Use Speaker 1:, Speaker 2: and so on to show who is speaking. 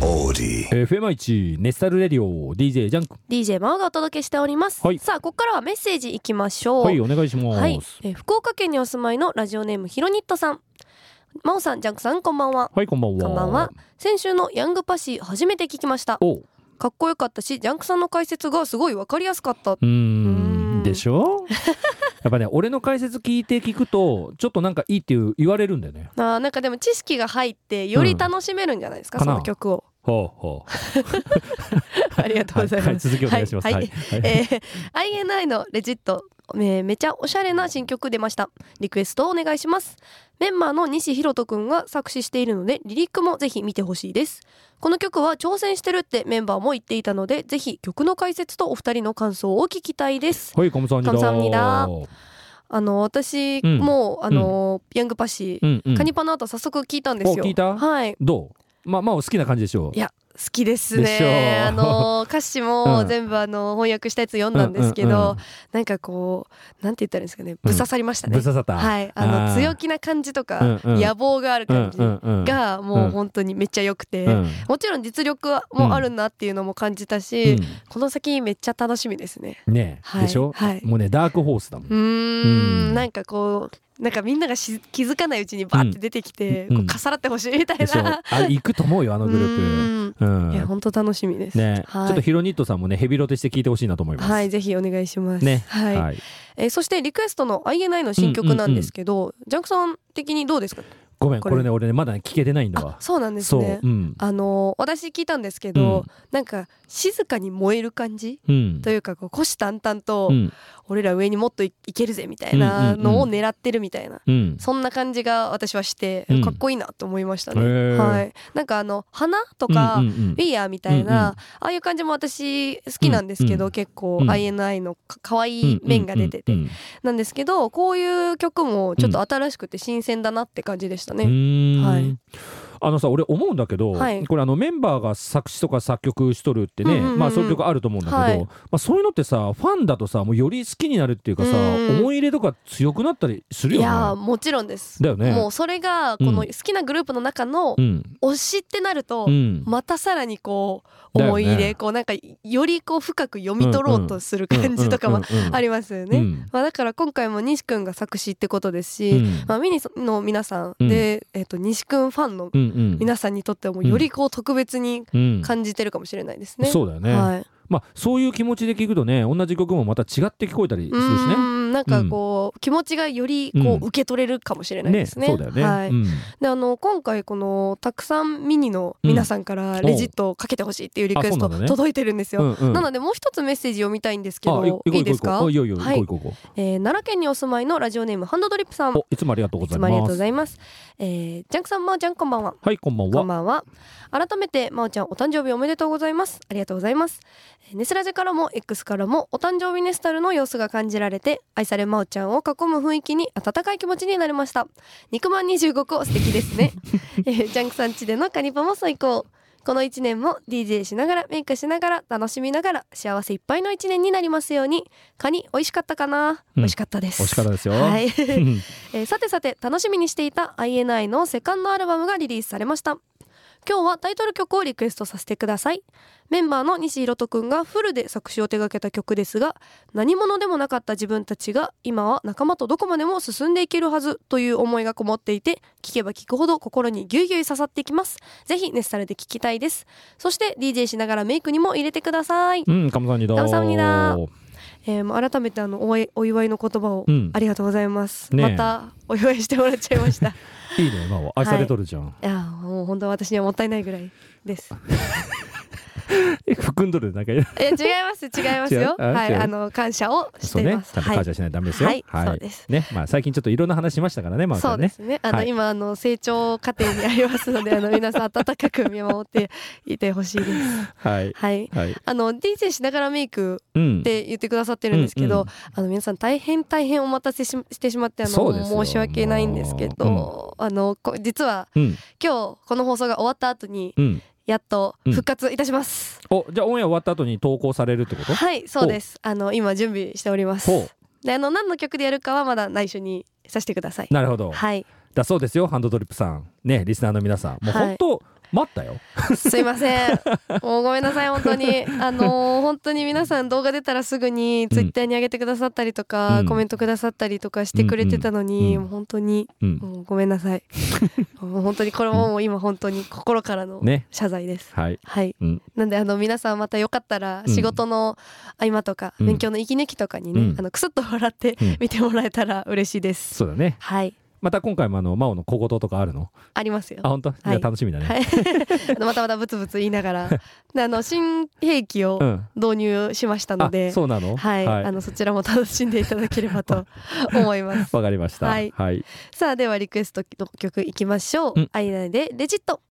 Speaker 1: body.
Speaker 2: FM1 ネスタルレディオ DJ ジャンク
Speaker 3: DJ マオがお届けしております、
Speaker 2: はい
Speaker 3: さあここからはメッセージいきましょう
Speaker 2: はいお願いします、
Speaker 3: はいえー福岡県にお住まいのラジオネームヒロニットさんマオさんジャンクさんこんばんは
Speaker 2: はいこんばんは
Speaker 3: こんばんは先週のヤングパシー初めて聞きました
Speaker 2: おう
Speaker 3: かっこよかったしジャンクさんの解説がすごいわかりやすかった
Speaker 2: ー
Speaker 3: うん
Speaker 2: んでしょ やっぱね俺の解説聞いて聞くとちょっとなんかいいっていう言われるんだよね
Speaker 3: あーなんかでも知識が入ってより楽しめるんじゃないですか、
Speaker 2: うん
Speaker 3: そ
Speaker 2: かな
Speaker 3: の曲を
Speaker 2: ほうほ
Speaker 3: ありがとうございます、
Speaker 2: はい、続きお願いします
Speaker 3: は
Speaker 2: はいい、
Speaker 3: は
Speaker 2: はいい
Speaker 3: えー INI のレジット、えーめちゃおしゃれな新曲出ましたリクエストをお願いしますメンバーの西弘人くんが作詞しているのでリリックもぜひ見てほしいですこの曲は挑戦してるってメンバーも言っていたのでぜひ曲の解説とお二人の感想を聞きたいです
Speaker 2: はいこんさんにだ
Speaker 3: こんさんにだあの私
Speaker 2: うん
Speaker 3: も、うあのヤングパシ
Speaker 2: うんう
Speaker 3: ー
Speaker 2: ん
Speaker 3: カニパの後早速聞いたんですよ
Speaker 2: お聞いた
Speaker 3: はい
Speaker 2: どうまあまあお好きな感じでしょ
Speaker 3: いや好きです
Speaker 2: でしょう
Speaker 3: ねあの歌詞も
Speaker 2: うん
Speaker 3: 全部あの翻訳したやつ読んだんですけど、
Speaker 2: うんうんうん
Speaker 3: なんかこうなんて言ったらいいんですかねぶっ刺さりましたね、
Speaker 2: ぶっ刺さった
Speaker 3: はいあ
Speaker 2: あ
Speaker 3: の
Speaker 2: ー
Speaker 3: 強気な感じとか、
Speaker 2: うんうん
Speaker 3: 野望がある
Speaker 2: う
Speaker 3: 感
Speaker 2: ん
Speaker 3: じ
Speaker 2: うんうん
Speaker 3: がもう本当にめっちゃ良くて、
Speaker 2: うん
Speaker 3: もちろん実力もあるなっていうのも感じたし、
Speaker 2: う
Speaker 3: この先めっちゃ楽しみですね
Speaker 2: んね
Speaker 3: はい
Speaker 2: でしょ
Speaker 3: はい
Speaker 2: もうねダークホースだもん
Speaker 3: うー
Speaker 2: う
Speaker 3: ん
Speaker 2: ん
Speaker 3: なんかこうなんかみんながし気づかないうちにバーって出てきて、
Speaker 2: うん
Speaker 3: こう重なってほしいみたい
Speaker 2: で しょ
Speaker 3: な
Speaker 2: あ、行くと思うよあのグルー
Speaker 3: ー
Speaker 2: プう
Speaker 3: プいや
Speaker 2: ん
Speaker 3: 本当楽しみです、
Speaker 2: ねち
Speaker 3: はい
Speaker 2: ょっとヒロニットさんもねヘビロテして聞いてほしいなと思います
Speaker 3: はい、ぜひお願いします。
Speaker 2: ね
Speaker 3: はい、
Speaker 2: はい
Speaker 3: えーそしてリクエストの INI の新曲なんですけど、ジャンクさん的にどうですか。
Speaker 2: ごめん
Speaker 3: こ
Speaker 2: こ
Speaker 3: れ
Speaker 2: れね俺ねまだね聞けてないんだ
Speaker 3: あ
Speaker 2: わ、
Speaker 3: そうなんです
Speaker 2: そう
Speaker 3: ね。
Speaker 2: うん
Speaker 3: あのー私聞いたんですけど、
Speaker 2: うん
Speaker 3: なんか静かに燃える感じ
Speaker 2: うん
Speaker 3: というかこう虎視眈々と、
Speaker 2: うん
Speaker 3: 俺ら上にもっといいけるぜみたいなのを狙ってるみたいな、
Speaker 2: うん
Speaker 3: そんな感じが私はして、
Speaker 2: うん
Speaker 3: かっこいいなと思いましたね、
Speaker 2: へー
Speaker 3: はいなんかあの花とか、
Speaker 2: うんうんうん
Speaker 3: ウィーアーみたい
Speaker 2: うん
Speaker 3: な、
Speaker 2: うん
Speaker 3: ああいう感じも私好きなんですけど、
Speaker 2: うんうん
Speaker 3: 結構
Speaker 2: うん
Speaker 3: INI のか可愛い面が出てて、
Speaker 2: うんうんうん
Speaker 3: なんですけどこういう曲もちょっと新しくて新鮮だなって感じでした
Speaker 2: う
Speaker 3: ね。
Speaker 2: ーん
Speaker 3: はい
Speaker 2: あのさ俺思うんだけど、
Speaker 3: はい
Speaker 2: これあのメンバーが作詞とか作曲しとるってね、
Speaker 3: うんうんうん
Speaker 2: まあ、そういう曲あると思うんだけど、
Speaker 3: はい
Speaker 2: まあ、そういうのってさファンだとさもうより好きになるっていうかさ、
Speaker 3: うん
Speaker 2: 思い入れとか強くなったりする
Speaker 3: い
Speaker 2: よね。
Speaker 3: やーもちろんです。
Speaker 2: だよね。
Speaker 3: もうそれがこの
Speaker 2: うん
Speaker 3: 好きなグループの中の
Speaker 2: うん
Speaker 3: 推しってなると、
Speaker 2: うん
Speaker 3: またさらにこう
Speaker 2: だよね
Speaker 3: 思い入れ、こうなんかよりこう深く読み取ろうとする感じとかもあ
Speaker 2: り
Speaker 3: りますよ
Speaker 2: う
Speaker 3: ね。
Speaker 2: ん
Speaker 3: まあだから今回も西くんが作詞ってことです
Speaker 2: うん
Speaker 3: し、まあミニの皆さんでえっと西くんファンの
Speaker 2: うんうん
Speaker 3: 皆さんにとってもよりこう特別に
Speaker 2: うん
Speaker 3: 感じてるかもしれないですね。
Speaker 2: そうだよね、
Speaker 3: はい。
Speaker 2: まあ、そういう気持ちで聞くとね同じ曲もまた違って聞こえたりす
Speaker 3: う
Speaker 2: るしね。
Speaker 3: んなんかこう、気持ちがよりこ
Speaker 2: うん
Speaker 3: う受け取れるかもしれないですね。
Speaker 2: そうだよね。
Speaker 3: はい
Speaker 2: うん
Speaker 3: であの今回このたくさんミニの皆さんから
Speaker 2: うん
Speaker 3: レジットをかけてほしいっていうリクエス
Speaker 2: あそ
Speaker 3: ト
Speaker 2: うなんだね
Speaker 3: 届いてるんですよ。
Speaker 2: うんうん
Speaker 3: なのでもう一つメッセージ読みたいんですけ
Speaker 2: あい行
Speaker 3: ど
Speaker 2: こう行こう
Speaker 3: いいですか
Speaker 2: 行こう、いいよいいよ
Speaker 3: はい
Speaker 2: 行こう行こ
Speaker 3: えー奈良県にお住まいのラジオネームハンドドリップさん
Speaker 2: うおいつもありがとうご
Speaker 3: い
Speaker 2: ざ
Speaker 3: つ
Speaker 2: い
Speaker 3: もありがとう
Speaker 2: ま
Speaker 3: ご
Speaker 2: す
Speaker 3: ざいます、えージャンクさんまおちゃんこんばんは
Speaker 2: はいこんばん
Speaker 3: こ
Speaker 2: は
Speaker 3: んばんは。改めて、まおちゃん、お誕生日おめでとうございます。ありがとうございます。えーネスラジからも X からも、お誕生日ネスタルの様子が感じられて、愛されまおちゃんを囲む雰囲気に温かい気持ちになれました。肉まん25個、素敵です ね。えージャンクさん家でのカニパも最高。この1年も DJ しながらメイクしながら楽しみながら幸せいっぱいの1年になりますようにカニ美味しかったかな、美味しかったです
Speaker 2: お力ですよ。
Speaker 3: はい、
Speaker 2: うん
Speaker 3: えーさてさて楽しみにしていた INI のセカンドアルバムがリリースされました今日はタイトル曲をリクエストさせてくださいメンバーの西ひろとくんがフルで作詞を手掛けた曲ですが何者でもなかった自分たちが今は仲間とどこまでも進んでいけるはずという思いがこもっていて聴けば聴くほど心にギュイギュイ刺さってきますぜひネスタルで聴きたいですそして DJ しながらメイクにも入れてください、
Speaker 2: うん、かむさんにだ。
Speaker 3: 감사합니다 えーもう改めてあのおいお祝いの言葉を
Speaker 2: うん
Speaker 3: ありがとうございます、
Speaker 2: ねえ
Speaker 3: またお祝いしてもらっちゃいました
Speaker 2: いいね、今は愛されとるじゃん。
Speaker 3: いやもう本当私にはもったいないぐらいです。
Speaker 2: え、含んどる、なんか。
Speaker 3: え違います違いますよ。
Speaker 2: 違うあ
Speaker 3: はい
Speaker 2: 違う
Speaker 3: あの感謝をし
Speaker 2: そ
Speaker 3: て
Speaker 2: う
Speaker 3: い
Speaker 2: ね
Speaker 3: ま、す。
Speaker 2: ちゃんと
Speaker 3: はい
Speaker 2: 感謝しないとダメですよ。
Speaker 3: はいそうです
Speaker 2: ね、まあ、最近ちょっといろんな話しましたからね、まあ、
Speaker 3: そうで
Speaker 2: ね。
Speaker 3: すね。あの、
Speaker 2: はい
Speaker 3: 今あの成長過程にありますので、あの皆さん温かく見守っていてほしいです。
Speaker 2: はい。
Speaker 3: はい。
Speaker 2: はい。
Speaker 3: あの DJ しながらメイク
Speaker 2: うん
Speaker 3: っ。て言ってくださってるんですけど、
Speaker 2: うんうん
Speaker 3: あの皆さん大変大変お待たせししてしまってあ
Speaker 2: そ
Speaker 3: の
Speaker 2: うですよ
Speaker 3: 申し訳ないんですけど、あのこ実は
Speaker 2: うん。
Speaker 3: 今日この放送が終わった後に
Speaker 2: うん。
Speaker 3: やっと復活いたします。
Speaker 2: お、じゃ、あオンエア終わった後に投稿されるってこと。
Speaker 3: はいそうですあの今準備しております
Speaker 2: ほ。
Speaker 3: であの何の曲でやるかはまだ内緒にさせてくださいう
Speaker 2: なるほど。
Speaker 3: はい
Speaker 2: だそうですよ、ハンドドリップさん。ね、リスナーの皆さん、もう
Speaker 3: はい
Speaker 2: 本当。待ったよ
Speaker 3: すいませ んもうごめんなさい本当にあのー本当に皆さん動画出たらすぐにツイッターに上げてくださったりとか、
Speaker 2: うん
Speaker 3: コメントくださったりとかしてくれてたのに、
Speaker 2: うんうん
Speaker 3: もう本当に
Speaker 2: うん
Speaker 3: もうごめん なさいもう本当にこれももう今本当に心からの
Speaker 2: ね
Speaker 3: 謝罪です、
Speaker 2: はい
Speaker 3: はい、
Speaker 2: うん
Speaker 3: なんであの皆さんまたよかったら
Speaker 2: うん
Speaker 3: 仕事の合間とか、
Speaker 2: うん
Speaker 3: 勉強の息抜きとかにね、
Speaker 2: うん
Speaker 3: あのクスッと笑って
Speaker 2: うん
Speaker 3: 見てもらえたら嬉しいです、
Speaker 2: そうだね
Speaker 3: はい
Speaker 2: また今回もあの真央の小言とかあるの
Speaker 3: ありますよ
Speaker 2: あ本当じゃあ
Speaker 3: はい
Speaker 2: 楽しみだね、
Speaker 3: はいあのまたまたブツブツ言いな がらであの新兵器を
Speaker 2: うん
Speaker 3: 導入しましたの
Speaker 2: あ
Speaker 3: で、
Speaker 2: そうなの
Speaker 3: はい、
Speaker 2: わ、
Speaker 3: あのそちらも楽しんでいただけれ ばと思います。
Speaker 2: かりました
Speaker 3: はい
Speaker 2: はい
Speaker 3: さあではリクエストの曲いきましょ
Speaker 2: う
Speaker 3: う。
Speaker 2: ん
Speaker 3: アイナでレジット。